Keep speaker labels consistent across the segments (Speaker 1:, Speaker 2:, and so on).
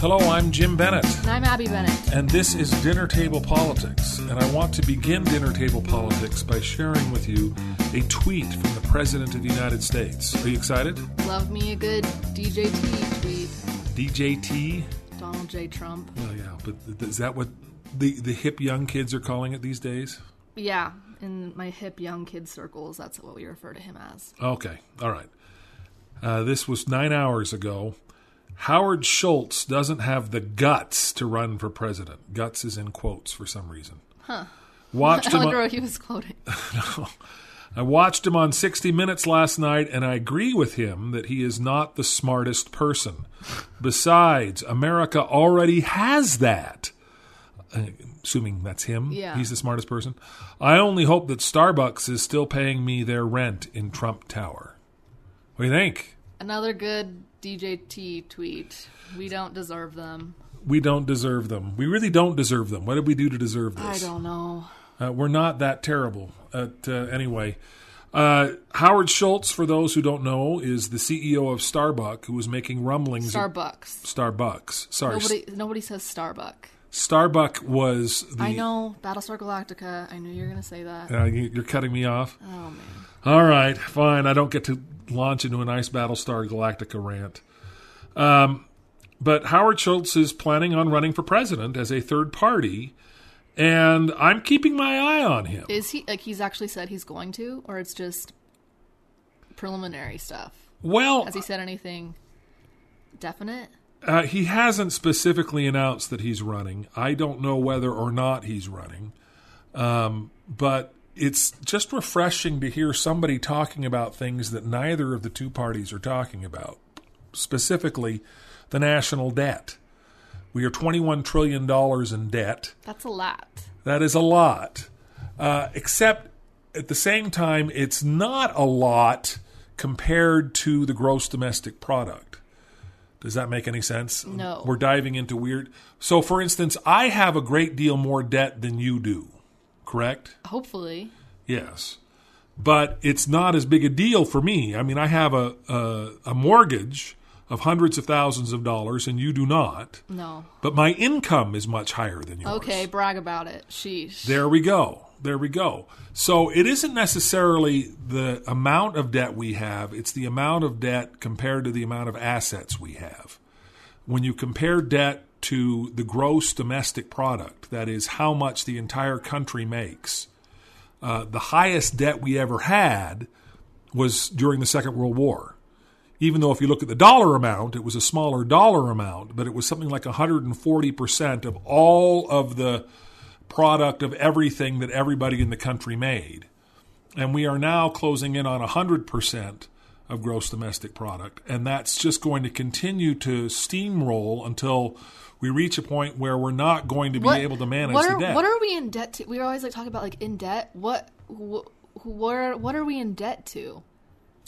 Speaker 1: Hello, I'm Jim Bennett,
Speaker 2: And I'm Abby Bennett.
Speaker 1: and this is Dinner Table Politics. And I want to begin Dinner Table Politics by sharing with you a tweet from the President of the United States. Are you excited?
Speaker 2: Love me a good DJT tweet.
Speaker 1: DJT?
Speaker 2: Donald J. Trump.
Speaker 1: Oh, yeah, but th- is that what the, the hip young kids are calling it these days?
Speaker 2: Yeah, in my hip young kid circles, that's what we refer to him as.
Speaker 1: Okay, all right. Uh, this was nine hours ago. Howard Schultz doesn't have the guts to run for president. Guts is in quotes for some reason. Huh. Watched
Speaker 2: I
Speaker 1: him. on-
Speaker 2: wonder what he was quoting.
Speaker 1: I watched him on 60 Minutes last night, and I agree with him that he is not the smartest person. Besides, America already has that. Uh, Assuming that's him,
Speaker 2: Yeah.
Speaker 1: he's the smartest person. I only hope that Starbucks is still paying me their rent in Trump Tower. What do you think?
Speaker 2: Another good DJT tweet. We don't deserve them.
Speaker 1: We don't deserve them. We really don't deserve them. What did we do to deserve this?
Speaker 2: I don't know.
Speaker 1: Uh, we're not that terrible. At, uh, anyway, uh, Howard Schultz, for those who don't know, is the CEO of Starbucks, who was making rumblings.
Speaker 2: Starbucks.
Speaker 1: Starbucks. Sorry,
Speaker 2: Nobody nobody says Starbuck.
Speaker 1: Starbucks was the.
Speaker 2: I know Battlestar Galactica. I knew you were gonna say that.
Speaker 1: Uh, you- you're cutting me off.
Speaker 2: Oh man.
Speaker 1: All right, fine. I don't get to launch into a nice Battlestar Galactica rant. Um, but Howard Schultz is planning on running for president as a third party, and I'm keeping my eye on him.
Speaker 2: Is he like he's actually said he's going to, or it's just preliminary stuff?
Speaker 1: Well,
Speaker 2: Has he said anything definite?
Speaker 1: Uh, he hasn't specifically announced that he's running. I don't know whether or not he's running, um, but it's just refreshing to hear somebody talking about things that neither of the two parties are talking about, specifically the national debt. We are $21 trillion in debt.
Speaker 2: That's a lot.
Speaker 1: That is a lot. Uh, except at the same time, it's not a lot compared to the gross domestic product. Does that make any sense?
Speaker 2: No.
Speaker 1: We're diving into weird. So, for instance, I have a great deal more debt than you do, correct?
Speaker 2: Hopefully,
Speaker 1: Yes. But it's not as big a deal for me. I mean, I have a, a, a mortgage of hundreds of thousands of dollars, and you do not.
Speaker 2: no.
Speaker 1: But my income is much higher than yours.
Speaker 2: Okay, brag about it. Sheesh.
Speaker 1: There we go. There we go. So it isn't necessarily the amount of debt we have, it's the amount of debt compared to the amount of assets we have. When you compare debt to the gross domestic product, that is, how much the entire country makes, uh, the highest debt we ever had was during the Second World War. Even though, if you look at the dollar amount, it was a smaller dollar amount, but it was something like 140% of all of the product of everything that everybody in the country made. And we are now closing in on 100% of gross domestic product. And that's just going to continue to steamroll until we reach a point where we're not going to be able to manage
Speaker 2: what
Speaker 1: the
Speaker 2: are,
Speaker 1: debt.
Speaker 2: What are we in debt to? We are always like talking about like in debt. What wh- what are, what are we in debt to?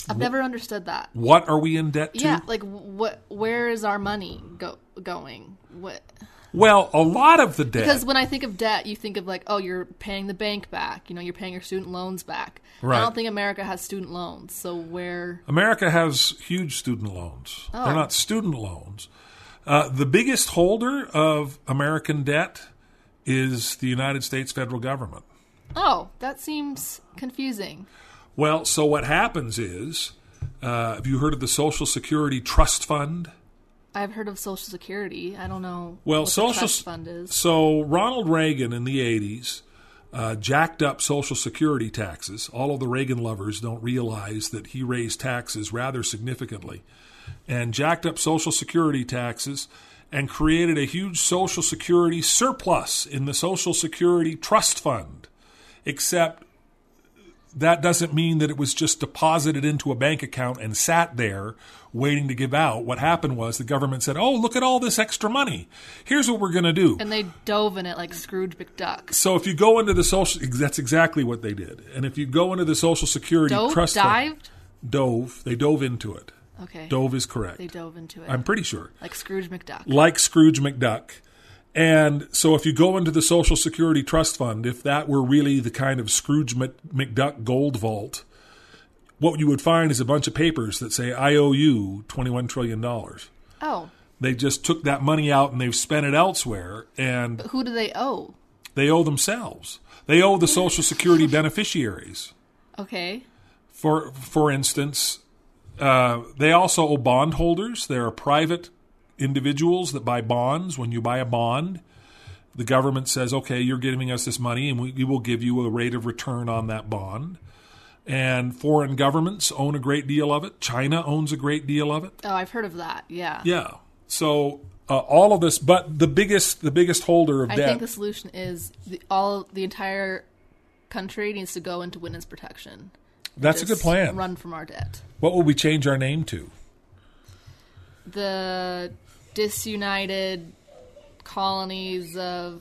Speaker 2: I've never understood that.
Speaker 1: what are we in debt to?
Speaker 2: Yeah, like what? Where is our money go going? What?
Speaker 1: Well, a lot of the debt.
Speaker 2: Because when I think of debt, you think of like, oh, you're paying the bank back. You know, you're paying your student loans back.
Speaker 1: Right.
Speaker 2: I don't think America has student loans, so where?
Speaker 1: America has huge student loans. They're not student loans. Uh, the biggest holder of American debt is the United States federal government.
Speaker 2: Oh, that seems confusing.
Speaker 1: Well, so what happens is uh, have you heard of the Social Security Trust Fund?
Speaker 2: I've heard of Social Security. I don't know.
Speaker 1: Well,
Speaker 2: what
Speaker 1: Social
Speaker 2: the trust
Speaker 1: S-
Speaker 2: fund is.
Speaker 1: So Ronald Reagan in the 80s uh, jacked up Social Security taxes. All of the Reagan lovers don't realize that he raised taxes rather significantly and jacked up Social Security taxes and created a huge Social Security surplus in the Social Security Trust Fund. Except that doesn't mean that it was just deposited into a bank account and sat there waiting to give out. What happened was the government said, Oh, look at all this extra money. Here's what we're going to do.
Speaker 2: And they dove in it like Scrooge McDuck.
Speaker 1: So if you go into the social, that's exactly what they did. And if you go into the Social Security
Speaker 2: Dove?
Speaker 1: Trust Fund,
Speaker 2: dived?
Speaker 1: dove, they dove into it.
Speaker 2: Okay.
Speaker 1: Dove is correct.
Speaker 2: They dove into it.
Speaker 1: I'm pretty sure.
Speaker 2: like Scrooge McDuck.
Speaker 1: Like Scrooge McDuck. And so if you go into the Social Security Trust Fund, if that were really the kind of Scrooge Mc- McDuck gold vault, what you would find is a bunch of papers that say, I owe you $21 trillion.
Speaker 2: Oh.
Speaker 1: They just took that money out and they've spent it elsewhere, and
Speaker 2: But who do they owe?
Speaker 1: they owe themselves. They owe the Social Security beneficiaries.
Speaker 2: Okay.
Speaker 1: For for instance, uh, they also owe bondholders. There are private individuals that buy bonds. When you buy a bond, the government says, "Okay, you're giving us this money, and we, we will give you a rate of return on that bond." And foreign governments own a great deal of it. China owns a great deal of it.
Speaker 2: Oh, I've heard of that. Yeah.
Speaker 1: Yeah. So uh, all of this, but the biggest the biggest holder of
Speaker 2: I
Speaker 1: debt.
Speaker 2: think the solution is the, all the entire country needs to go into witness protection.
Speaker 1: that's a good
Speaker 2: Just
Speaker 1: plan.
Speaker 2: Run from our debt.
Speaker 1: What will we change our name to?
Speaker 2: The disunited colonies of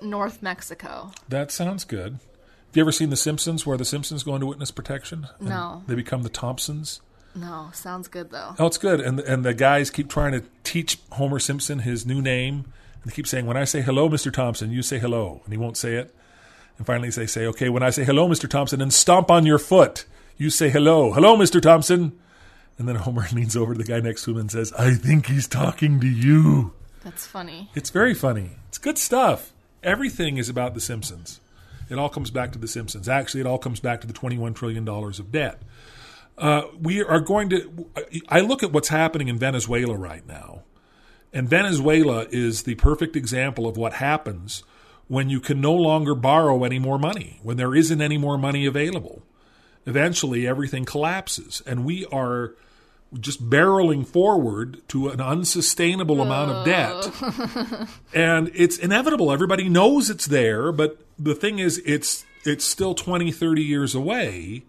Speaker 2: North Mexico.
Speaker 1: That sounds good. Have you ever seen The Simpsons where the Simpsons go into witness protection? And
Speaker 2: No.
Speaker 1: They become the Thompsons.
Speaker 2: No, sounds good though.
Speaker 1: Oh, it's good. And and the guys keep trying to teach Homer Simpson his new name. And they keep saying, "When I say hello, Mr. Thompson, you say hello." And he won't say it. And finally they say, "Okay, when I say hello, Mr. Thompson, and stomp on your foot, you say hello. Hello, Mr. Thompson." And then Homer leans over to the guy next to him and says, "I think he's talking to you."
Speaker 2: That's funny.
Speaker 1: It's very funny. It's good stuff. Everything is about The Simpsons. It all comes back to The Simpsons. Actually, it all comes back to the $21 trillion of debt. Uh, we are going to. I look at what's happening in Venezuela right now. And Venezuela is the perfect example of what happens when you can no longer borrow any more money, when there isn't any more money available. Eventually, everything collapses. And we are just barreling forward to an unsustainable amount of debt and it's inevitable everybody knows it's there but the thing is it's it's still 20 30 years away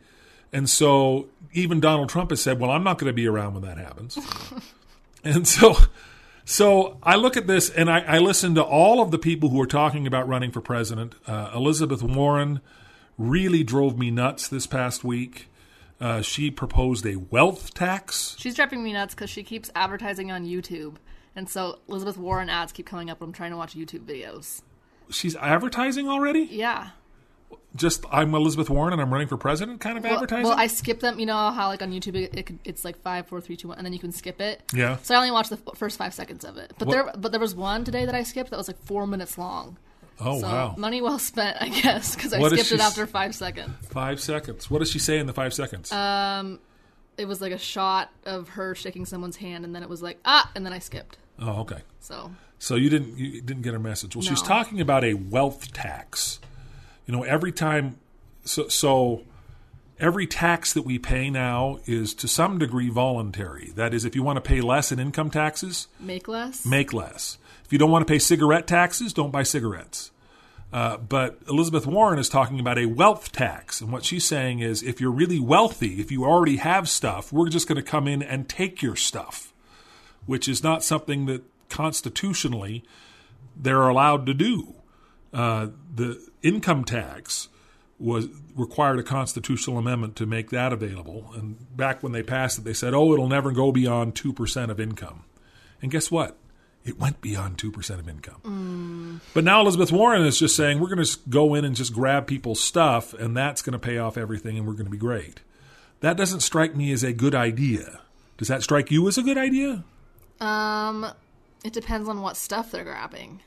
Speaker 1: and so even Donald Trump has said well I'm not going to be around when that happens and so so I look at this and I, I listen to all of the people who are talking about running for president uh, Elizabeth Warren really drove me nuts this past week uh, she proposed a wealth tax
Speaker 2: She's driving me nuts because she keeps advertising on YouTube. And so Elizabeth Warren ads keep coming up when I'm trying to watch YouTube videos.
Speaker 1: she's advertising already
Speaker 2: Yeah.
Speaker 1: just I'm Elizabeth Warren and I'm running for president kind of
Speaker 2: Well-
Speaker 1: advertising.
Speaker 2: Well, I skip them. You know how like on YouTube it, it could, it's like five, four, three, two, one, and then you can skip it.
Speaker 1: Yeah.
Speaker 2: So I only watched the f- first five seconds of it. But
Speaker 1: What-
Speaker 2: there, but there was one today that I skipped that was like four minutes long.
Speaker 1: oh
Speaker 2: so
Speaker 1: wow,
Speaker 2: money well spent, I guess, because I
Speaker 1: What is
Speaker 2: skipped
Speaker 1: she
Speaker 2: it
Speaker 1: s-
Speaker 2: after five seconds.
Speaker 1: five seconds. What does she say in the five seconds?
Speaker 2: Uh, It was like a shot of her shaking someone's hand, and then it was like ah, and then I skipped.
Speaker 1: oh okay,
Speaker 2: So
Speaker 1: so you didn't you didn't get her message. Well, she's
Speaker 2: No.
Speaker 1: talking about a wealth tax. You know, every time, so, so every tax that we pay now is to some degree voluntary. That is, if you want to pay less in income taxes,
Speaker 2: make less.
Speaker 1: make less. If you don't want to pay cigarette taxes, don't buy cigarettes. Uh, but Elizabeth Warren is talking about a wealth tax. And what she's saying is if you're really wealthy, if you already have stuff, we're just going to come in and take your stuff, which is not something that constitutionally they're allowed to do. Uh, the income tax was required a constitutional amendment to make that available. And back when they passed it, they said, oh, it'll never go beyond 2% of income. And guess what? It went beyond 2% of income. But now Elizabeth Warren is just saying, we're going to go in and just grab people's stuff, and that's going to pay off everything, and we're going to be great. That doesn't strike me as a good idea. Does that strike you as a good idea?
Speaker 2: Um, it depends on what stuff they're grabbing.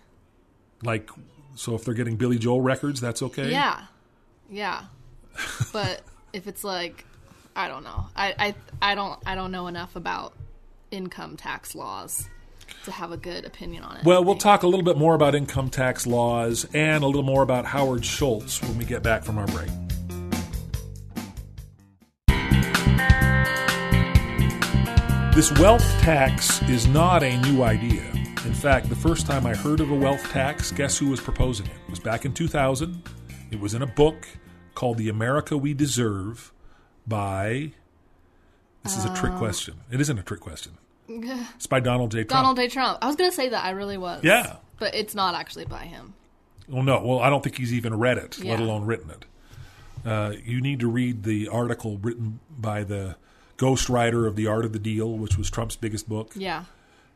Speaker 1: Like, so if they're getting Billy Joel records, that's okay?
Speaker 2: Yeah, yeah. but if it's like, I don't know. I, I I don't I don't know enough about income tax laws to have a good opinion on it.
Speaker 1: Well, we'll talk a little bit more about income tax laws and a little more about Howard Schultz when we get back from our break. This wealth tax is not a new idea. In fact, the first time I heard of a wealth tax, guess who was proposing it? It was back in 2000. It was in a book called The America We Deserve by. This is a trick question. It isn't a trick question. It's by Donald J. Trump.
Speaker 2: Donald J. Trump. I was gonna say that I really was.
Speaker 1: Yeah.
Speaker 2: But it's not actually by him.
Speaker 1: Well, no. Well, I don't think he's even read it, let
Speaker 2: Yeah.
Speaker 1: alone written it. Uh, you need to read the article written by the ghostwriter of The Art of the Deal, which was Trump's biggest book.
Speaker 2: Yeah.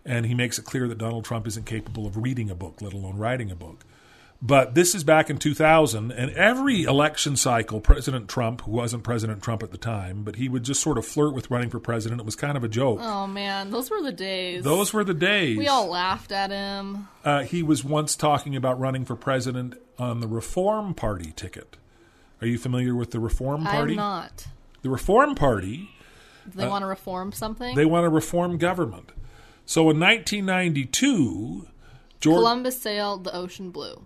Speaker 1: And he makes it clear that Donald Trump isn't capable of reading a book, let alone writing a book. But this is back in 2000, and every election cycle, President Trump, who wasn't President Trump at the time, but he would just sort of flirt with running for president. It was kind of a joke.
Speaker 2: Oh man, those were the days.
Speaker 1: Those were the days.
Speaker 2: we all laughed at him.
Speaker 1: Uh, he was once talking about running for president on the Reform Party ticket. Are you familiar with the Reform Party?
Speaker 2: I'm not.
Speaker 1: The Reform Party
Speaker 2: Do they want to reform something?
Speaker 1: They want to reform government. So in 1992, George.
Speaker 2: Columbus Oh. sailed the ocean blue.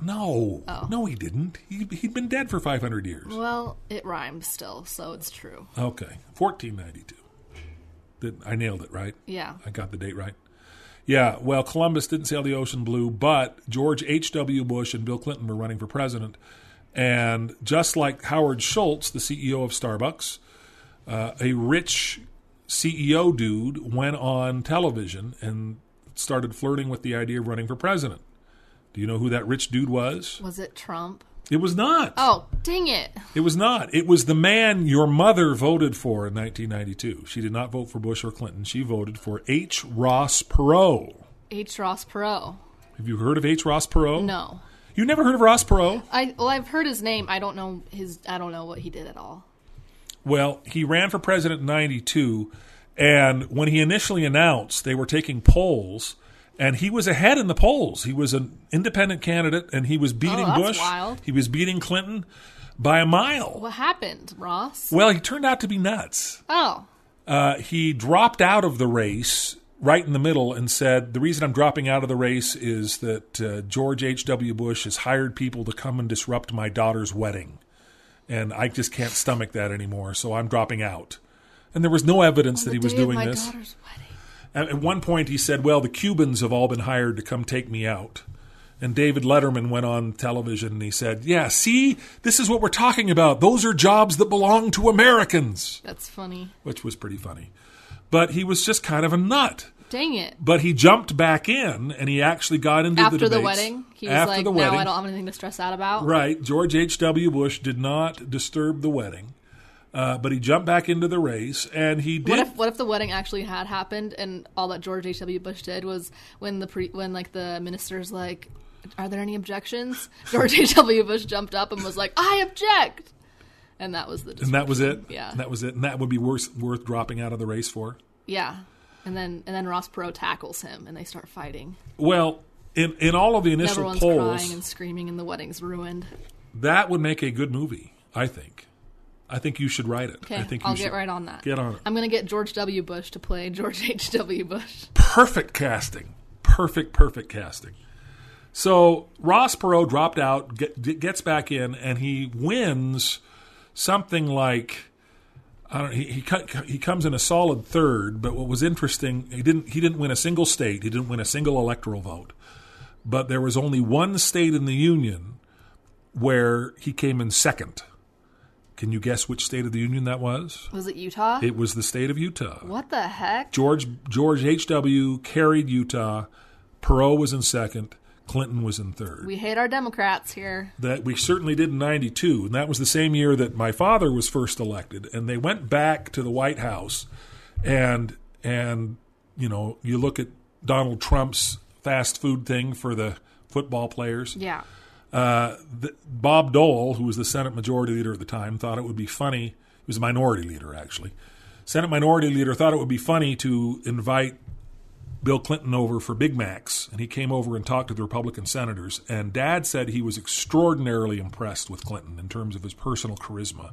Speaker 1: no, no, he didn't. He, he'd been dead for 500 years.
Speaker 2: Well, it rhymes still, so it's true.
Speaker 1: Okay, 1492. Did, I nailed it, right?
Speaker 2: Yeah.
Speaker 1: I got the date right. Yeah, well, Columbus didn't sail the ocean blue, but George H.W. Bush and Bill Clinton were running for president. And just like Howard Schultz, the CEO of Starbucks, uh, a rich CEO dude went on television and started flirting with the idea of running for president. Do you know who that rich dude was?
Speaker 2: Was it Trump?
Speaker 1: It was not.
Speaker 2: Oh, dang it.
Speaker 1: It was not. It was the man your mother voted for in 1992. She did not vote for Bush or Clinton. She voted for H. Ross Perot.
Speaker 2: H. Ross Perot.
Speaker 1: Have you heard of H. Ross Perot?
Speaker 2: No.
Speaker 1: You never heard of Ross Perot?
Speaker 2: I well, I've heard his name. I don't know his I don't know what he did at all.
Speaker 1: Well, he ran for president in 92, and when he initially announced, they were taking polls, and he was ahead in the polls. He was an independent candidate, and he was beating
Speaker 2: Oh, that's
Speaker 1: Bush.
Speaker 2: wild.
Speaker 1: He was beating Clinton by a mile.
Speaker 2: What happened, Ross?
Speaker 1: Well, he turned out to be nuts.
Speaker 2: Oh.
Speaker 1: Uh, he dropped out of the race right in the middle and said, The reason I'm dropping out of the race is that uh, George H.W. Bush has hired people to come and disrupt my daughter's wedding. And I just can't stomach that anymore, so I'm dropping out. And there was no evidence that he
Speaker 2: The
Speaker 1: was
Speaker 2: day of
Speaker 1: doing
Speaker 2: my
Speaker 1: this.
Speaker 2: daughter's wedding.
Speaker 1: At at one point, he said, Well, the Cubans have all been hired to come take me out. And David Letterman went on television and he said, Yeah, see, this is what we're talking about. Those are jobs that belong to Americans
Speaker 2: That's funny.
Speaker 1: which was pretty funny. But he was just kind of a nut.
Speaker 2: Dang it.
Speaker 1: But he jumped back in, and he actually got into
Speaker 2: After
Speaker 1: the
Speaker 2: the,
Speaker 1: debates.
Speaker 2: wedding, he was
Speaker 1: After
Speaker 2: like,
Speaker 1: the
Speaker 2: "Now
Speaker 1: wedding,
Speaker 2: I don't have anything to stress out about."
Speaker 1: right? George H. W. Bush did not disturb the wedding, uh, but he jumped back into the race, and he did.
Speaker 2: What if what if the wedding actually had happened and all that George H. W. Bush did was when the pre when like the minister's like, are there any objections? George H. W. Bush jumped up and was like, I object, and that was the dis-
Speaker 1: and that was it.
Speaker 2: Yeah.
Speaker 1: And that was it, and that would be worth worth dropping out of the race for.
Speaker 2: yeah. And then and then Ross Perot tackles him and they start fighting.
Speaker 1: Well, in in all of the initial
Speaker 2: Everyone's
Speaker 1: polls,
Speaker 2: crying and screaming and the wedding's ruined.
Speaker 1: that would make a good movie. I think. I think you should write it. I
Speaker 2: Okay,
Speaker 1: think you
Speaker 2: I'll
Speaker 1: should
Speaker 2: get right on that.
Speaker 1: Get on it.
Speaker 2: I'm gonna get George W. Bush to play George H. W. Bush.
Speaker 1: perfect casting. Perfect, perfect casting. So Ross Perot dropped out, get, gets back in, and he wins something like I don't. He he, cut, he comes in a solid third, but what was interesting, he didn't he didn't win a single state. He didn't win a single electoral vote, but there was only one state in the union where he came in second. Can you guess which state of the union that was?
Speaker 2: Was it Utah?
Speaker 1: It was the state of Utah.
Speaker 2: what the heck?
Speaker 1: George George H. W. carried Utah. Perot was in second. Clinton was in third.
Speaker 2: We hate our Democrats here.
Speaker 1: that we certainly did in '92, and that was the same year that my father was first elected. And they went back to the White House, and and you know you look at Donald Trump's fast food thing for the football players.
Speaker 2: Yeah.
Speaker 1: Th Bob Dole, who was the Senate Majority Leader at the time, thought it would be funny. He was a minority leader, actually. Senate Minority Leader thought it would be funny to invite Bill Clinton over for Big Macs, and he came over and talked to the Republican senators. And Dad said he was extraordinarily impressed with Clinton in terms of his personal charisma.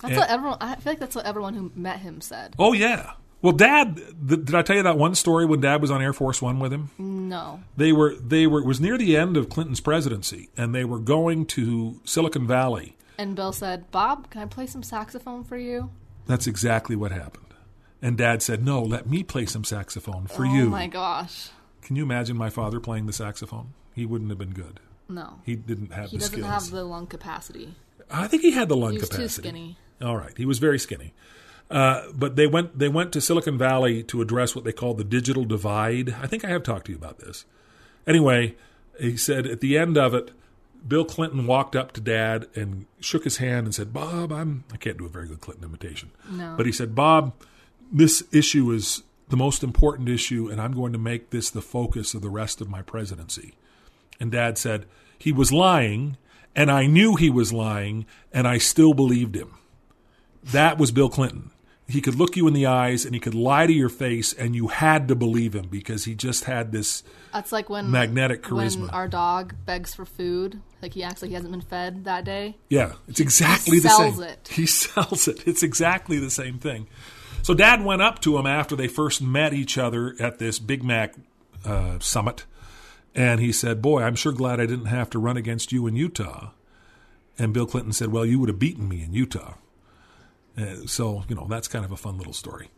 Speaker 2: That's what everyone. I feel like that's what everyone who met him said.
Speaker 1: Oh yeah. Well, Dad, th- did I tell you that one story when Dad was on Air Force One with him?
Speaker 2: No,
Speaker 1: they were they were it was near the end of Clinton's presidency, and they were going to Silicon Valley.
Speaker 2: and Bill said, "Bob, can I play some saxophone for you?"
Speaker 1: That's exactly what happened. And dad said, No, let me play some saxophone for
Speaker 2: oh
Speaker 1: you.
Speaker 2: my gosh,
Speaker 1: Can you imagine my father playing the saxophone? He wouldn't have been good.
Speaker 2: no, he,
Speaker 1: He didn't have the
Speaker 2: doesn't
Speaker 1: skills.
Speaker 2: have the lung capacity.
Speaker 1: I think he had the lung
Speaker 2: He was
Speaker 1: capacity.
Speaker 2: too skinny.
Speaker 1: All right, he was very skinny. Uh, but they went they went to Silicon Valley to address what they call the digital divide. I think I have talked to you about this. Anyway, he said at the end of it, Bill Clinton walked up to Dad and shook his hand and said, "Bob, I'm I can't do a very good Clinton imitation,
Speaker 2: No.
Speaker 1: but he said, Bob, this issue is the most important issue, and I'm going to make this the focus of the rest of my presidency." And Dad said, he was lying, and I knew he was lying, and I still believed him. That was Bill Clinton. He could look you in the eyes and he could lie to your face, and you had to believe him because he just had this.
Speaker 2: That's like when
Speaker 1: Magnetic charisma.
Speaker 2: When our dog begs for food, like he acts like he hasn't been fed that day.
Speaker 1: Yeah, it's exactly the
Speaker 2: sells
Speaker 1: same.
Speaker 2: it.
Speaker 1: He sells it. It's exactly the same thing. So Dad went up to him after they first met each other at this Big Mac uh, summit, and he said, "Boy, I'm sure glad I didn't have to run against you in Utah." And Bill Clinton said, "Well, you would have beaten me in Utah." Uh, so you know that's kind of a fun little story,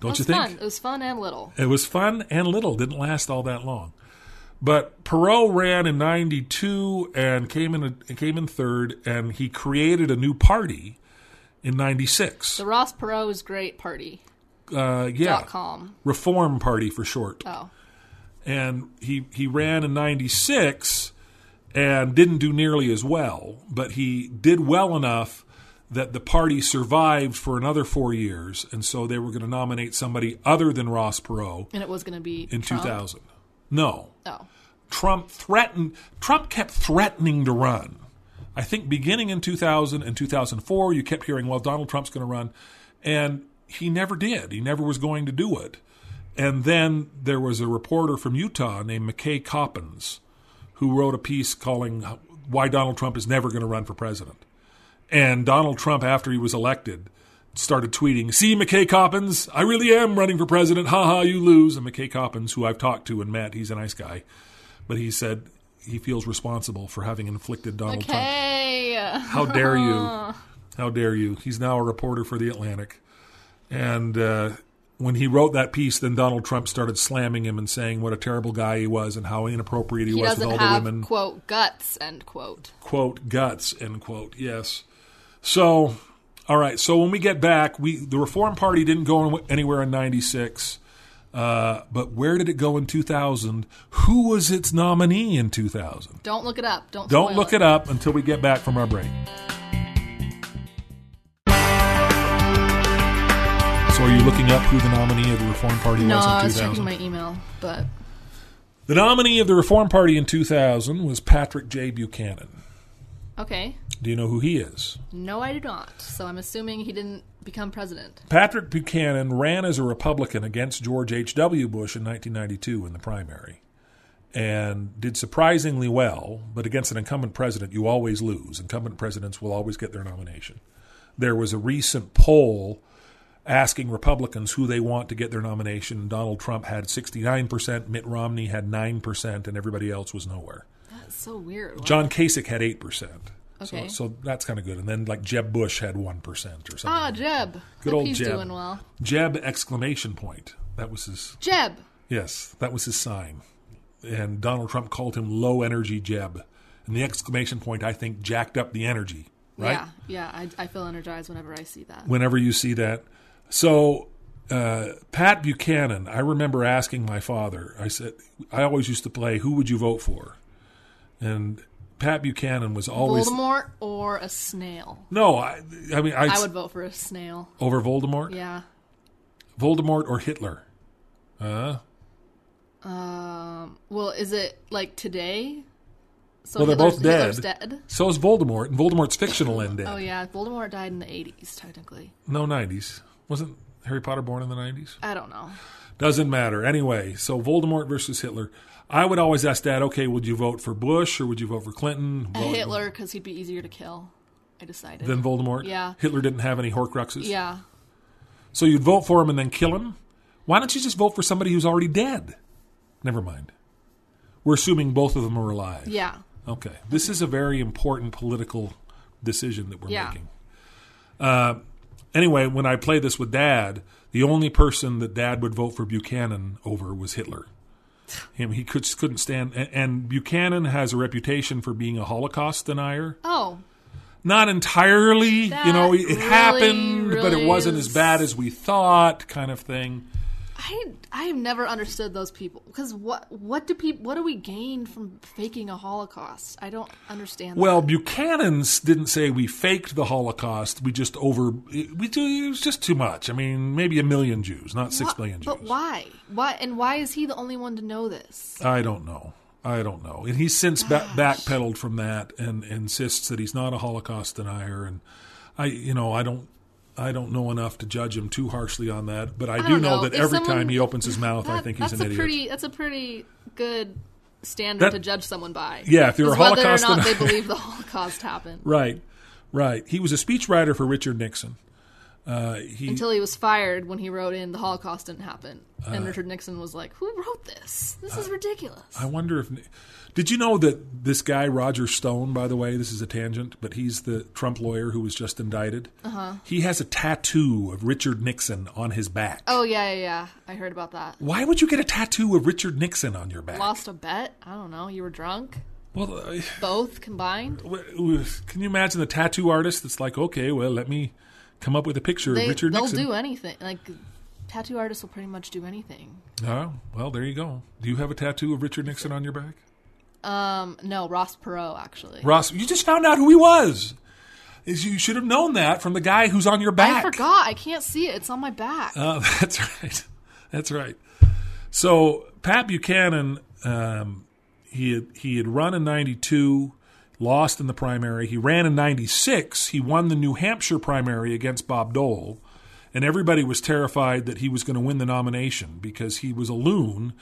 Speaker 1: don't
Speaker 2: It
Speaker 1: you
Speaker 2: was
Speaker 1: think?
Speaker 2: fun. It was fun and little.
Speaker 1: It was fun and little, didn't last all that long. But Perot ran in '92 and came in came in third, and he created a new party in '96.
Speaker 2: The Ross Perot is great party.
Speaker 1: Uh, yeah,
Speaker 2: Dot com.
Speaker 1: Reform Party for short.
Speaker 2: Oh,
Speaker 1: And he he ran in '96 and didn't do nearly as well, but he did well enough that the party survived for another four years, and so they were going to nominate somebody other than Ross Perot
Speaker 2: and it was going to be
Speaker 1: in
Speaker 2: Trump.
Speaker 1: 2000. No,
Speaker 2: Oh,
Speaker 1: Trump threatened Trump kept threatening to run. I think beginning in 2000 and 2004 you kept hearing well Donald Trump's going to run and he never did. He never was going to do it. And then there was a reporter from Utah named McKay Coppins who wrote a piece calling why Donald Trump is never going to run for president. And Donald Trump after he was elected started tweeting, "See McKay Coppins, I really am running for president. Ha ha, you lose." And McKay Coppins, who I've talked to and met, he's a nice guy but he said he feels responsible for having inflicted Donald Trump.
Speaker 2: okay.
Speaker 1: How dare you? How dare you? He's now a reporter for The Atlantic. And uh, when he wrote that piece, then Donald Trump started slamming him and saying what a terrible guy he was and how inappropriate he,
Speaker 2: He
Speaker 1: was with
Speaker 2: doesn't
Speaker 1: all
Speaker 2: have
Speaker 1: the women.
Speaker 2: quote guts end quote.
Speaker 1: quote, guts, end quote. Yes. So, all right. So when we get back, we the Reform Party didn't go anywhere in 96. Uh, but where did it go in 2000? Who was its nominee in 2000?
Speaker 2: Don't look it up. Don't
Speaker 1: Don't
Speaker 2: spoil
Speaker 1: look
Speaker 2: it.
Speaker 1: it up until we get back from our break. So, are you looking up who the nominee of the Reform Party
Speaker 2: No,
Speaker 1: was
Speaker 2: I was
Speaker 1: in 2000?
Speaker 2: checking my email, but
Speaker 1: the nominee of the Reform Party in 2000 was Patrick J. Buchanan.
Speaker 2: okay.
Speaker 1: Do you know who he is?
Speaker 2: No, I do not. So I'm assuming he didn't become president.
Speaker 1: Patrick Buchanan ran as a Republican against George H.W. Bush in 1992 in the primary and did surprisingly well, but against an incumbent president, you always lose. Incumbent presidents will always get their nomination. There was a recent poll asking Republicans who they want to get their nomination. Donald Trump had 69%, Mitt Romney had 9%, and everybody else was nowhere.
Speaker 2: That's so weird.
Speaker 1: John Kasich had 8%.
Speaker 2: Okay.
Speaker 1: So, so that's kind of good. And then, like, Jeb Bush had 1% or something.
Speaker 2: Ah, Jeb.
Speaker 1: Good
Speaker 2: Hope
Speaker 1: old
Speaker 2: he's
Speaker 1: Jeb.
Speaker 2: doing well.
Speaker 1: Jeb exclamation point. That was his
Speaker 2: Jeb.
Speaker 1: yes, that was his sign. And Donald Trump called him low energy Jeb. And the exclamation point I think jacked up the energy, right?
Speaker 2: Yeah, yeah. I, I feel energized whenever I see that.
Speaker 1: Whenever you see that. So uh, Pat Buchanan, I remember asking my father, I said I always used to play who would you vote for? And Pat Buchanan was always
Speaker 2: Voldemort or a snail.
Speaker 1: No, I I mean I,
Speaker 2: I would vote for a snail.
Speaker 1: over Voldemort.
Speaker 2: Yeah.
Speaker 1: Voldemort or Hitler? Uh
Speaker 2: Um. Well, is it like today? So
Speaker 1: Well, they're both
Speaker 2: Hitler's-
Speaker 1: dead.
Speaker 2: Hitler's dead.
Speaker 1: so is Voldemort, and Voldemort's fictional and dead.
Speaker 2: Oh yeah, Voldemort died in the '80s, technically.
Speaker 1: No, 90s. Wasn't Harry Potter born in the 90s?
Speaker 2: I don't know.
Speaker 1: Doesn't matter. Anyway, so Voldemort versus Hitler. I would always ask dad, okay, would you vote for Bush or would you vote for Clinton?
Speaker 2: A
Speaker 1: Well,
Speaker 2: Uh, Hitler, because he'd be easier to kill. I decided.
Speaker 1: Then Voldemort?
Speaker 2: Yeah.
Speaker 1: Hitler didn't have any Horcruxes?
Speaker 2: yeah.
Speaker 1: So you'd vote for him and then kill him? Why don't you just vote for somebody who's already dead? Never mind. We're assuming both of them are alive.
Speaker 2: Yeah.
Speaker 1: Okay. This is a very important political decision that we're
Speaker 2: Yeah.
Speaker 1: making. Uh, anyway, when I play this with Dad, the only person that Dad would vote for Buchanan over was Hitler. Him, he could, just couldn't stand. And, and Buchanan has a reputation for being a Holocaust denier.
Speaker 2: Oh,
Speaker 1: Not entirely, you know,
Speaker 2: That
Speaker 1: it
Speaker 2: really,
Speaker 1: happened, but it
Speaker 2: really
Speaker 1: wasn't
Speaker 2: is-
Speaker 1: as bad as we thought, kind of thing.
Speaker 2: I I have never understood those people because what what do people what do we gain from faking a Holocaust? I don't understand.
Speaker 1: Well, Buchanan's didn't say we faked the Holocaust. We just over we do it was just too much. I mean, maybe a million Jews, not
Speaker 2: that.
Speaker 1: six million
Speaker 2: But
Speaker 1: Jews.
Speaker 2: why? Why and why is he the only one to know this?
Speaker 1: I don't know. I don't know. And he's since ba- backpedaled from that and, insists that he's not a Holocaust denier. And I, you know, I don't, I don't know enough to judge him too harshly on that. But I, do
Speaker 2: don't
Speaker 1: know,
Speaker 2: know.
Speaker 1: that
Speaker 2: If
Speaker 1: every
Speaker 2: someone-
Speaker 1: time he opens his mouth, I
Speaker 2: That-
Speaker 1: think he's
Speaker 2: that's
Speaker 1: an
Speaker 2: a
Speaker 1: idiot.
Speaker 2: pretty that's a pretty good standard
Speaker 1: That-
Speaker 2: to judge someone by.
Speaker 1: Yeah, if you're a
Speaker 2: Is whether
Speaker 1: Holocaust
Speaker 2: or not they
Speaker 1: denier.
Speaker 2: believe the Holocaust happened
Speaker 1: right, right. He was a speechwriter for Richard Nixon. Uh, he
Speaker 2: until he was fired when he wrote in the Holocaust didn't happen, and Richard Nixon was like, "Who wrote this? This is ridiculous."
Speaker 1: Uh, I wonder if. Did you know that this guy Roger Stone, by the way, this is a tangent, but he's the Trump lawyer who was just indicted. Uh-huh. He has a tattoo of Richard Nixon on his back.
Speaker 2: oh yeah, yeah, yeah. I heard about that.
Speaker 1: Why would you get a tattoo of Richard Nixon on your back?
Speaker 2: Lost a bet? I don't know. You were drunk.
Speaker 1: Well, uh,
Speaker 2: Both combined.
Speaker 1: w- w- can you imagine the tattoo artist that's like, okay, well, let me come up with a picture
Speaker 2: They,
Speaker 1: of Richard
Speaker 2: they'll
Speaker 1: Nixon?
Speaker 2: do anything. Like tattoo artists will pretty much do anything.
Speaker 1: Oh, well, there you go. Do you have a tattoo of Richard Nixon on your back?
Speaker 2: Um, no, Ross Perot actually.
Speaker 1: Ross, you just found out who he was. Is You should have known that from the guy who's on your
Speaker 2: I
Speaker 1: back.
Speaker 2: forgot. I can't see it. It's on my back.
Speaker 1: Oh, that's right. That's right. So Pat Buchanan, um, he had, he had run in '92, lost in the primary. He ran in '96. He won the New Hampshire primary against Bob Dole, and everybody was terrified that he was going to win the nomination because he was a loon.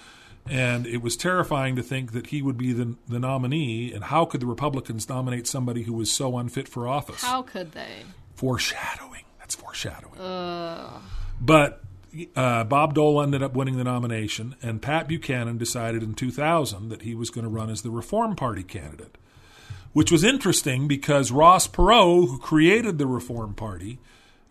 Speaker 1: And it was terrifying to think that he would be the, the nominee. And how could the Republicans nominate somebody who was so unfit for office?
Speaker 2: How could they?
Speaker 1: foreshadowing. That's foreshadowing. But uh, Bob Dole ended up winning the nomination, and Pat Buchanan decided in 2000 that he was going to run as the Reform Party candidate, which was interesting because Ross Perot, who created the Reform Party,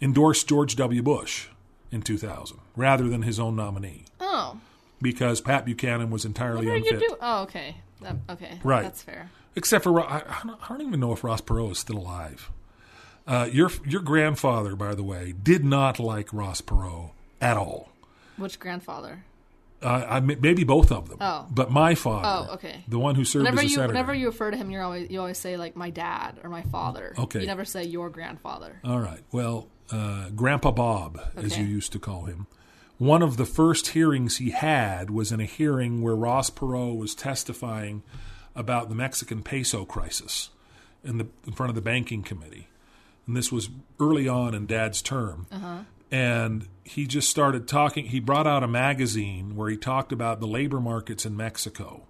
Speaker 1: endorsed George W. Bush in 2000 rather than his own nominee
Speaker 2: Oh,
Speaker 1: because Pat Buchanan was entirely
Speaker 2: what are you
Speaker 1: unfit.
Speaker 2: doing? Oh, okay. That, okay.
Speaker 1: Right.
Speaker 2: That's fair.
Speaker 1: Except for Ro- I, I don't- I don't even know if Ross Perot is still alive. Uh, your your grandfather, by the way, did not like Ross Perot at all.
Speaker 2: Which grandfather?
Speaker 1: Uh, I, may- maybe both of them.
Speaker 2: Oh.
Speaker 1: But my father,
Speaker 2: Oh, okay.
Speaker 1: the one who served
Speaker 2: Whenever
Speaker 1: as a
Speaker 2: you,
Speaker 1: senator.
Speaker 2: whenever you refer to him, you're always you always say like my dad or my father.
Speaker 1: Okay.
Speaker 2: You never say your grandfather.
Speaker 1: All right. Well, uh, Grandpa Bob, as
Speaker 2: Okay.
Speaker 1: you used to call him, one of the first hearings he had was in a hearing where Ross Perot was testifying about the Mexican peso crisis in the in front of the banking committee, and this was early on in Dad's term. And he just started talking. He brought out a magazine where he talked about the labor markets in Mexico.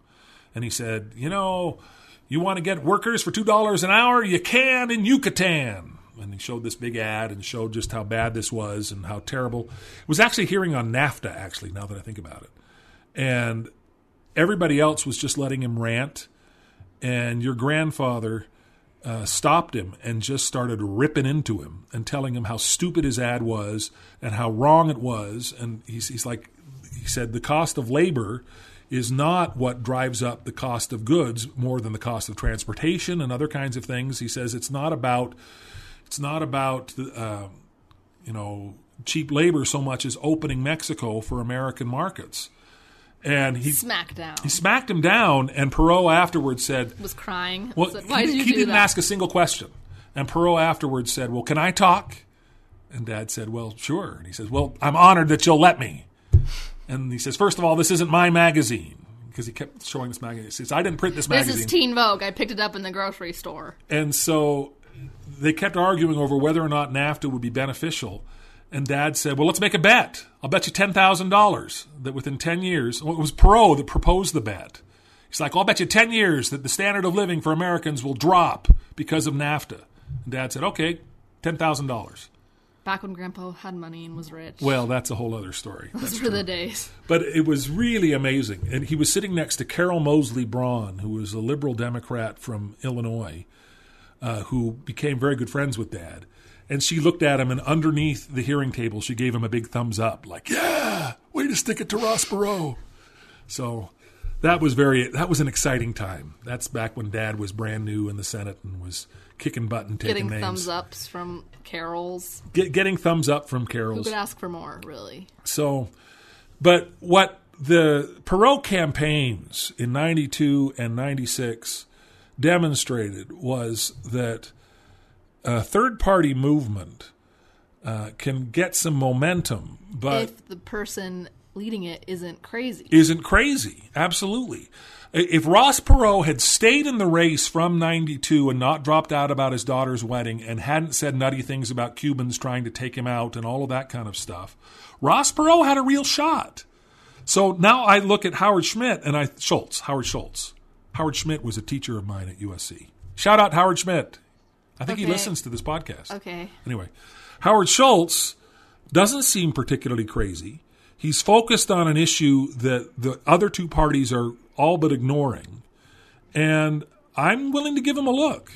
Speaker 1: And he said, You know, you want to get workers for $2 an hour? You can in Yucatan. And he showed this big ad and showed just how bad this was and how terrible. It was actually a hearing on NAFTA, actually, now that I think about it. And everybody else was just letting him rant. And your grandfather uh, stopped him and just started ripping into him and telling him how stupid his ad was and how wrong it was. And he's, he's like, he said, the cost of labor is not what drives up the cost of goods more than the cost of transportation and other kinds of things. He says it's not about it's not about uh, you know cheap labor so much as opening Mexico for American markets. And he,
Speaker 2: Smackdown.
Speaker 1: he smacked him down, and Perot afterwards said,
Speaker 2: was crying.
Speaker 1: well,
Speaker 2: Said,
Speaker 1: he di-
Speaker 2: Why did you
Speaker 1: he
Speaker 2: do
Speaker 1: didn't
Speaker 2: that?
Speaker 1: ask a single question. And Perot afterwards said, Well, can I talk? And dad said, Well, sure. And he says, Well, I'm honored that you'll let me. And he says, First of all, this isn't my magazine. Because he kept showing this magazine. He says, I didn't print this
Speaker 2: This
Speaker 1: magazine.
Speaker 2: is Teen Vogue. I picked it up in the grocery store.
Speaker 1: and so they kept arguing over whether or not NAFTA would be beneficial. And dad said, Well, let's make a bet. I'll bet you $10,000 that within 10 years, well, it was Perot that proposed the bet. He's like, I'll bet you 10 years that the standard of living for Americans will drop because of NAFTA. And dad said, Okay, $10,000.
Speaker 2: Back when Grandpa had money and was rich.
Speaker 1: Well, that's a whole other story.
Speaker 2: Those were the days.
Speaker 1: But it was really amazing. And he was sitting next to Carol Mosley Braun, who was a liberal Democrat from Illinois, uh, who became very good friends with Dad. And she looked at him, and underneath the hearing table, she gave him a big thumbs up, like, yeah, way to stick it to Ross Perot. So that was very, that was an exciting time. That's back when Dad was brand new in the Senate and was kicking butt and taking
Speaker 2: Getting
Speaker 1: names.
Speaker 2: thumbs ups from Carols.
Speaker 1: Get, getting thumbs up from
Speaker 2: Who
Speaker 1: Carol's.
Speaker 2: could ask for more, really?
Speaker 1: So, but what the Perot campaigns in 92 and 96 demonstrated was that a third party movement uh, can get some momentum, but
Speaker 2: if the person leading it isn't crazy.
Speaker 1: isn't crazy. Absolutely. I- If Ross Perot had stayed in the race from 92 and not dropped out about his daughter's wedding and hadn't said nutty things about Cubans trying to take him out and all of that kind of stuff, Ross Perot had a real shot. So now I look at Howard Schmidt and I, Schultz, Howard Schultz. Howard Schmidt was a teacher of mine at USC. Shout out Howard Schmidt. I think he
Speaker 2: Okay.
Speaker 1: listens to this podcast.
Speaker 2: Okay.
Speaker 1: Anyway, Howard Schultz doesn't seem particularly crazy. He's focused on an issue that the other two parties are all but ignoring. And I'm willing to give him a look.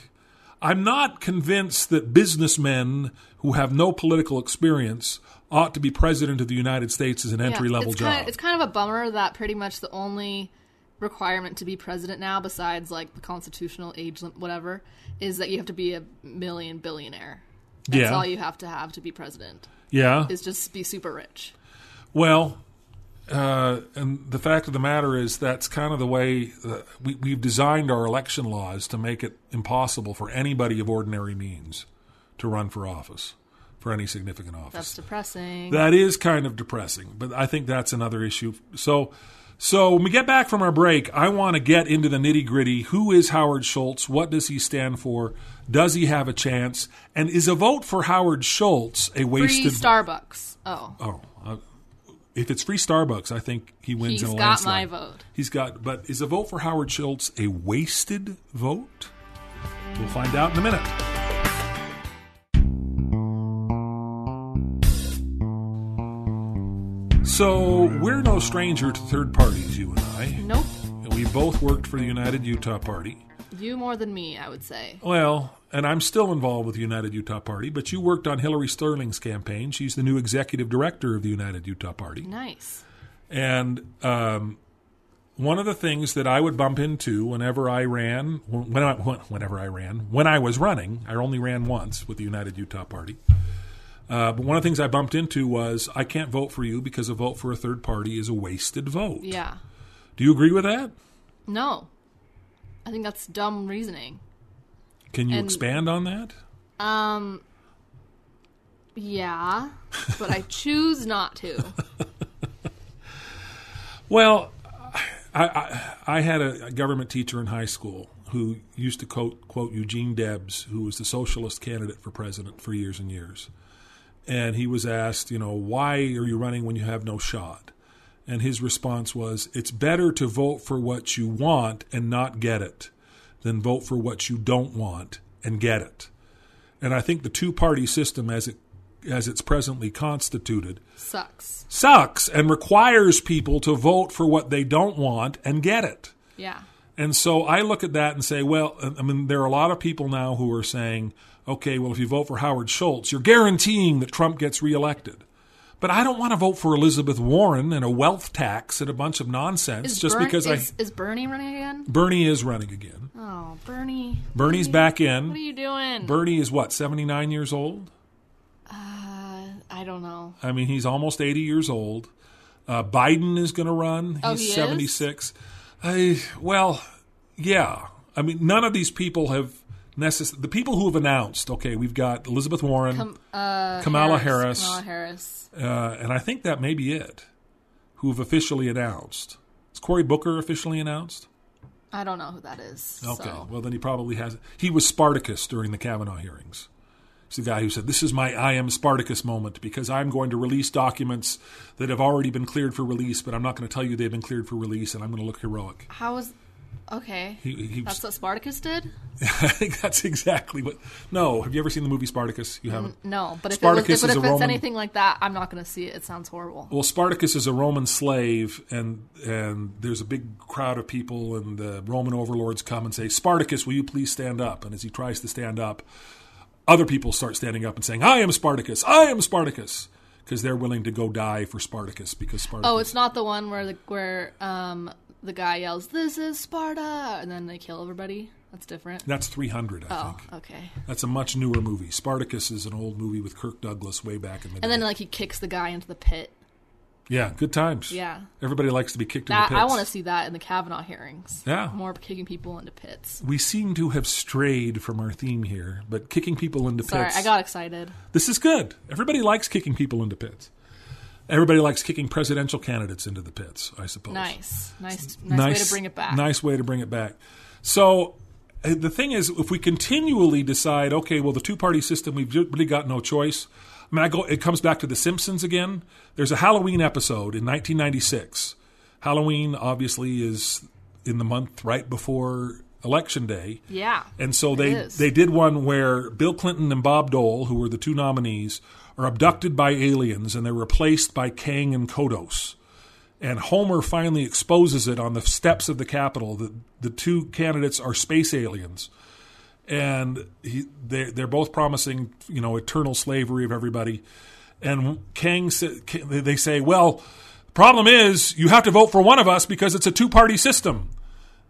Speaker 1: I'm not convinced that businessmen who have no political experience ought to be president of the United States as an
Speaker 2: Yeah,
Speaker 1: entry level
Speaker 2: it's
Speaker 1: job.
Speaker 2: Kind of, it's kind of a bummer that pretty much the only requirement to be president now, besides like the constitutional age limit, whatever, is that you have to be a million billionaire. That's
Speaker 1: Yeah.
Speaker 2: all you have to have to be president
Speaker 1: yeah.
Speaker 2: is just be super rich.
Speaker 1: Well, uh, and the fact of the matter is that's kind of the way uh, we, we've designed our election laws to make it impossible for anybody of ordinary means to run for office, for any significant
Speaker 2: That's
Speaker 1: office.
Speaker 2: depressing.
Speaker 1: That is kind of depressing, but I think that's another issue. So, so when we get back from our break, I want to get into the nitty gritty. Who is Howard Schultz? What does he stand for? Does he have a chance? And is a vote for Howard Schultz a
Speaker 2: Free
Speaker 1: wasted
Speaker 2: Starbucks. Oh,
Speaker 1: Oh, uh, if it's free Starbucks, I think he wins
Speaker 2: he's
Speaker 1: in a
Speaker 2: got my
Speaker 1: landslide.
Speaker 2: vote.
Speaker 1: He's got, but is a vote for Howard Schultz a wasted vote? We'll find out in a minute. So we're no stranger to third parties, you and I.
Speaker 2: Nope.
Speaker 1: We both worked for the United Utah Party.
Speaker 2: You more than me, I would say.
Speaker 1: Well, and I'm still involved with the United Utah Party, but you worked on Hillary Sterling's campaign. She's the new executive director of the United Utah Party.
Speaker 2: Nice.
Speaker 1: And um, one of the things that I would bump into whenever I ran, when I, when- whenever I ran, when I was running, I only ran once with the United Utah Party. Uh, but one of the things I bumped into was I can't vote for you because a vote for a third party is a wasted vote.
Speaker 2: Yeah.
Speaker 1: Do you agree with that?
Speaker 2: No. I think that's dumb reasoning.
Speaker 1: Can you
Speaker 2: And-
Speaker 1: expand on that?
Speaker 2: Um. Yeah, but I choose not to.
Speaker 1: Well, I, I, I had a government teacher in high school who used to quote, quote Eugene Debs, who was the socialist candidate for president for years and years. And he was asked, you know, why are you running when you have no shot? And his response was, it's better to vote for what you want and not get it than vote for what you don't want and get it. And I think the two party system as it as it's presently constituted
Speaker 2: Sucks.
Speaker 1: sucks and requires people to vote for what they don't want and get it.
Speaker 2: Yeah.
Speaker 1: And so I look at that and say, well, I mean, there are a lot of people now who are saying, okay, well, if you vote for Howard Schultz, you're guaranteeing that Trump gets reelected. But I don't want to vote for Elizabeth Warren and a wealth tax and a bunch of nonsense just
Speaker 2: Bern-
Speaker 1: because
Speaker 2: is,
Speaker 1: I.
Speaker 2: is Bernie running again?
Speaker 1: Bernie is running again.
Speaker 2: Oh, Bernie.
Speaker 1: Bernie's back in.
Speaker 2: What are you doing?
Speaker 1: Bernie is what, 79 years old?
Speaker 2: uh, I don't know.
Speaker 1: I mean, he's almost 80 years old. Uh, Biden is going to run. He's
Speaker 2: Oh, he is?
Speaker 1: 76. I, well, yeah. I mean, none of these people have necess- the people who have announced, okay, we've got Elizabeth Warren,
Speaker 2: Um, uh,
Speaker 1: Kamala Harris.
Speaker 2: Kamala Harris.
Speaker 1: uh, and I think that may be it, who have officially announced. Is Cory Booker officially announced?
Speaker 2: I don't know who that is.
Speaker 1: Okay.
Speaker 2: So.
Speaker 1: Well, then he probably has. He was Spartacus during the Kavanaugh hearings. He's the guy who said, This is my I am Spartacus moment because I'm going to release documents that have already been cleared for release, but I'm not going to tell you they've been cleared for release and I'm going to look heroic.
Speaker 2: How was? Okay.
Speaker 1: He, he
Speaker 2: That's
Speaker 1: was,
Speaker 2: what Spartacus did.
Speaker 1: I think that's exactly what. No. Have you ever seen the movie Spartacus? You haven't?
Speaker 2: No, but if
Speaker 1: Spartacus
Speaker 2: it
Speaker 1: is
Speaker 2: was, but
Speaker 1: a
Speaker 2: if it's
Speaker 1: Roman-
Speaker 2: anything like that, I'm not going to see it. It sounds horrible.
Speaker 1: Well, Spartacus is a Roman slave, and and there's a big crowd of people, and the Roman overlords come and say, "Spartacus, will you please stand up?" And as he tries to stand up, other people start standing up and saying, "I am Spartacus! I am Spartacus!" Because they're willing to go die for Spartacus because Spartacus.
Speaker 2: Oh, it's not the one where the where um the guy yells, "This is Sparta," and then they kill everybody. That's different.
Speaker 1: that's 300, I
Speaker 2: Oh,
Speaker 1: think.
Speaker 2: okay.
Speaker 1: That's a much newer movie. Spartacus is an old movie with Kirk Douglas way back in the
Speaker 2: And
Speaker 1: day.
Speaker 2: then like he kicks the guy into the pit.
Speaker 1: yeah, good times.
Speaker 2: Yeah.
Speaker 1: Everybody likes to be kicked
Speaker 2: That
Speaker 1: in the
Speaker 2: I
Speaker 1: pits.
Speaker 2: want to see that in the Kavanaugh hearings.
Speaker 1: Yeah.
Speaker 2: more kicking people into pits.
Speaker 1: we seem to have strayed from our theme here, but kicking people into
Speaker 2: Sorry,
Speaker 1: pits.
Speaker 2: I got excited.
Speaker 1: This is good. Everybody likes kicking people into pits. Everybody likes kicking presidential candidates into the pits, I suppose.
Speaker 2: Nice, nice, nice, way to bring it back.
Speaker 1: Nice way to bring it back. So uh, the thing is, if we continually decide, okay, well, the two party system, we've ju- really got no choice. I mean, I go, it comes back to The Simpsons again. There's a Halloween episode in 1996. Halloween obviously is in the month right before election day.
Speaker 2: Yeah.
Speaker 1: And so
Speaker 2: It
Speaker 1: they
Speaker 2: is.
Speaker 1: they did one where Bill Clinton and Bob Dole, who were the two nominees, are abducted by aliens and they're replaced by Kang and Kodos. And Homer finally exposes it on the steps of the Capitol that the two candidates are space aliens. And he, they're, they're both promising, you know, eternal slavery of everybody. And Kang, sa- K- they say, well, problem is you have to vote for one of us because it's a two-party system.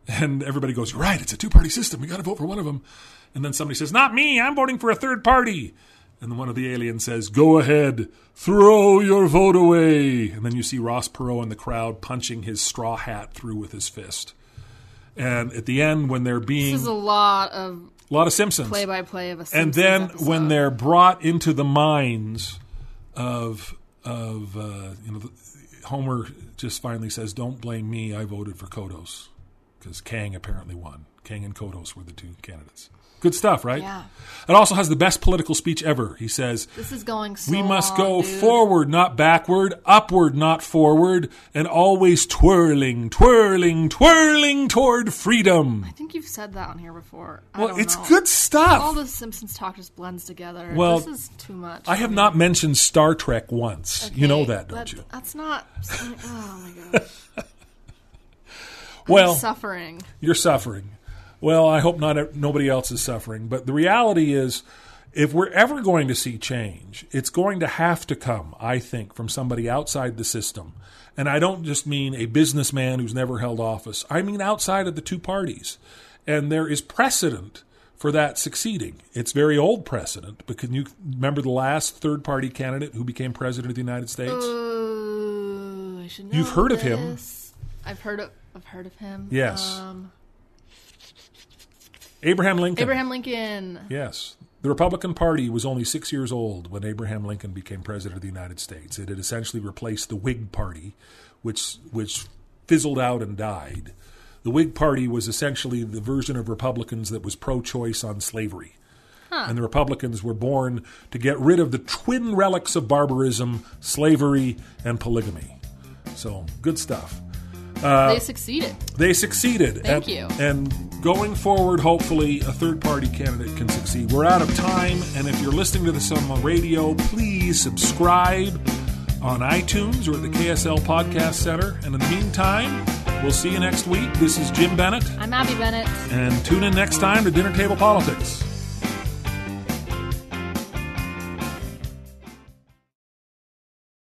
Speaker 1: And everybody goes, You're right, it's a two party system. We got to vote for one of them. And then somebody says, Not me, I'm voting for a third party. And then one of the aliens says, Go ahead, throw your vote away. And then you see Ross Perot in the crowd punching his straw hat through with his fist. And at the end, when they're being
Speaker 2: This is a lot of
Speaker 1: a lot of Simpsons.
Speaker 2: play by play of a. Simpsons
Speaker 1: and then
Speaker 2: episode.
Speaker 1: when they're brought into the minds of, of uh, you know, the- Homer just finally says, Don't blame me, I voted for Kodos because Kang apparently won. Kang and Kodos were the two candidates. Good stuff, right?
Speaker 2: Yeah.
Speaker 1: It also has the best political speech ever. He says,
Speaker 2: this is going, so
Speaker 1: We must
Speaker 2: long,
Speaker 1: go
Speaker 2: dude.
Speaker 1: forward, not backward, upward, not forward, and always twirling, twirling, twirling toward freedom.
Speaker 2: I think you've said that on here before. I
Speaker 1: Well,
Speaker 2: don't
Speaker 1: it's
Speaker 2: know.
Speaker 1: good stuff.
Speaker 2: All the Simpsons talk just blends together.
Speaker 1: Well,
Speaker 2: this is too much.
Speaker 1: I have not mentioned Star Trek once. you know
Speaker 2: Okay,
Speaker 1: that, don't
Speaker 2: let-
Speaker 1: you?
Speaker 2: That's not. Oh my gosh,
Speaker 1: Well,
Speaker 2: suffering.
Speaker 1: you're suffering. Well, I hope not. Nobody else is suffering. But the reality is, if we're ever going to see change, it's going to have to come, I think, from somebody outside the system. And I don't just mean a businessman who's never held office. I mean outside of the two parties. And there is precedent for that succeeding. It's very old precedent. But can you remember the last third party candidate who became president of the United States?
Speaker 2: Uh, Ooh, I should know.
Speaker 1: You've heard of him.
Speaker 2: this. I've heard of. I've heard of him.
Speaker 1: Yes.
Speaker 2: Um,
Speaker 1: Abraham Lincoln.
Speaker 2: Abraham Lincoln.
Speaker 1: Yes. The Republican Party was only six years old when Abraham Lincoln became president of the United States. It had essentially replaced the Whig Party, which which fizzled out and died. The Whig Party was essentially the version of Republicans that was pro-choice on slavery. And the Republicans were born to get rid of the twin relics of barbarism, slavery and polygamy. So, good stuff. Uh,
Speaker 2: they succeeded.
Speaker 1: They succeeded. and,
Speaker 2: Thank you.
Speaker 1: And going forward, hopefully, a third party candidate can succeed. We're out of time, and if you're listening to this on the radio, please subscribe on iTunes or at the KSL Podcast Center. And in the meantime, we'll see you next week. This is Jim Bennett,
Speaker 2: I'm Abby Bennett.
Speaker 1: and tune in next time to Dinner Table Politics.